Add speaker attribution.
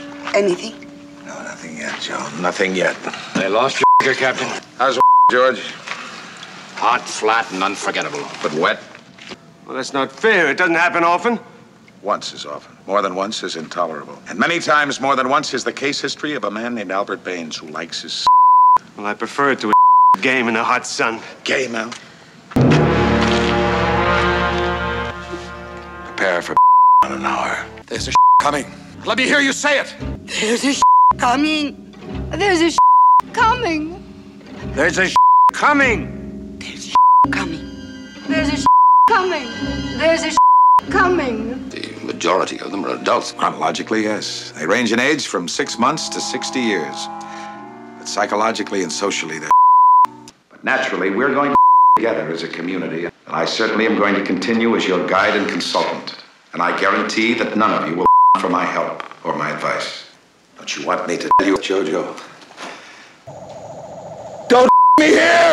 Speaker 1: Anything?
Speaker 2: No, nothing yet, Joe. Nothing yet.
Speaker 3: They lost your Captain.
Speaker 2: How's George?
Speaker 3: Hot, flat, and unforgettable.
Speaker 2: But wet?
Speaker 4: Well, that's not fair. It doesn't happen often.
Speaker 2: Once is often. More than once is intolerable. And many times more than once is the case history of a man named Albert Baines who likes his s-
Speaker 4: Well, I prefer it to a game in the hot sun.
Speaker 2: gay mouth. Prepare for in an hour.
Speaker 5: There's a coming. Let me hear you say it.
Speaker 1: There's a coming.
Speaker 6: There's a coming.
Speaker 5: There's a coming.
Speaker 1: Coming.
Speaker 6: There's a coming. There's a coming.
Speaker 5: The majority of them are adults. Chronologically, yes. They range in age from six months to 60 years. But psychologically and socially, they're. But naturally, we're going to together as a community, and I certainly am going to continue as your guide and consultant. And I guarantee that none of you will for my help or my advice. Don't you want me to tell you, Jojo? Don't me here!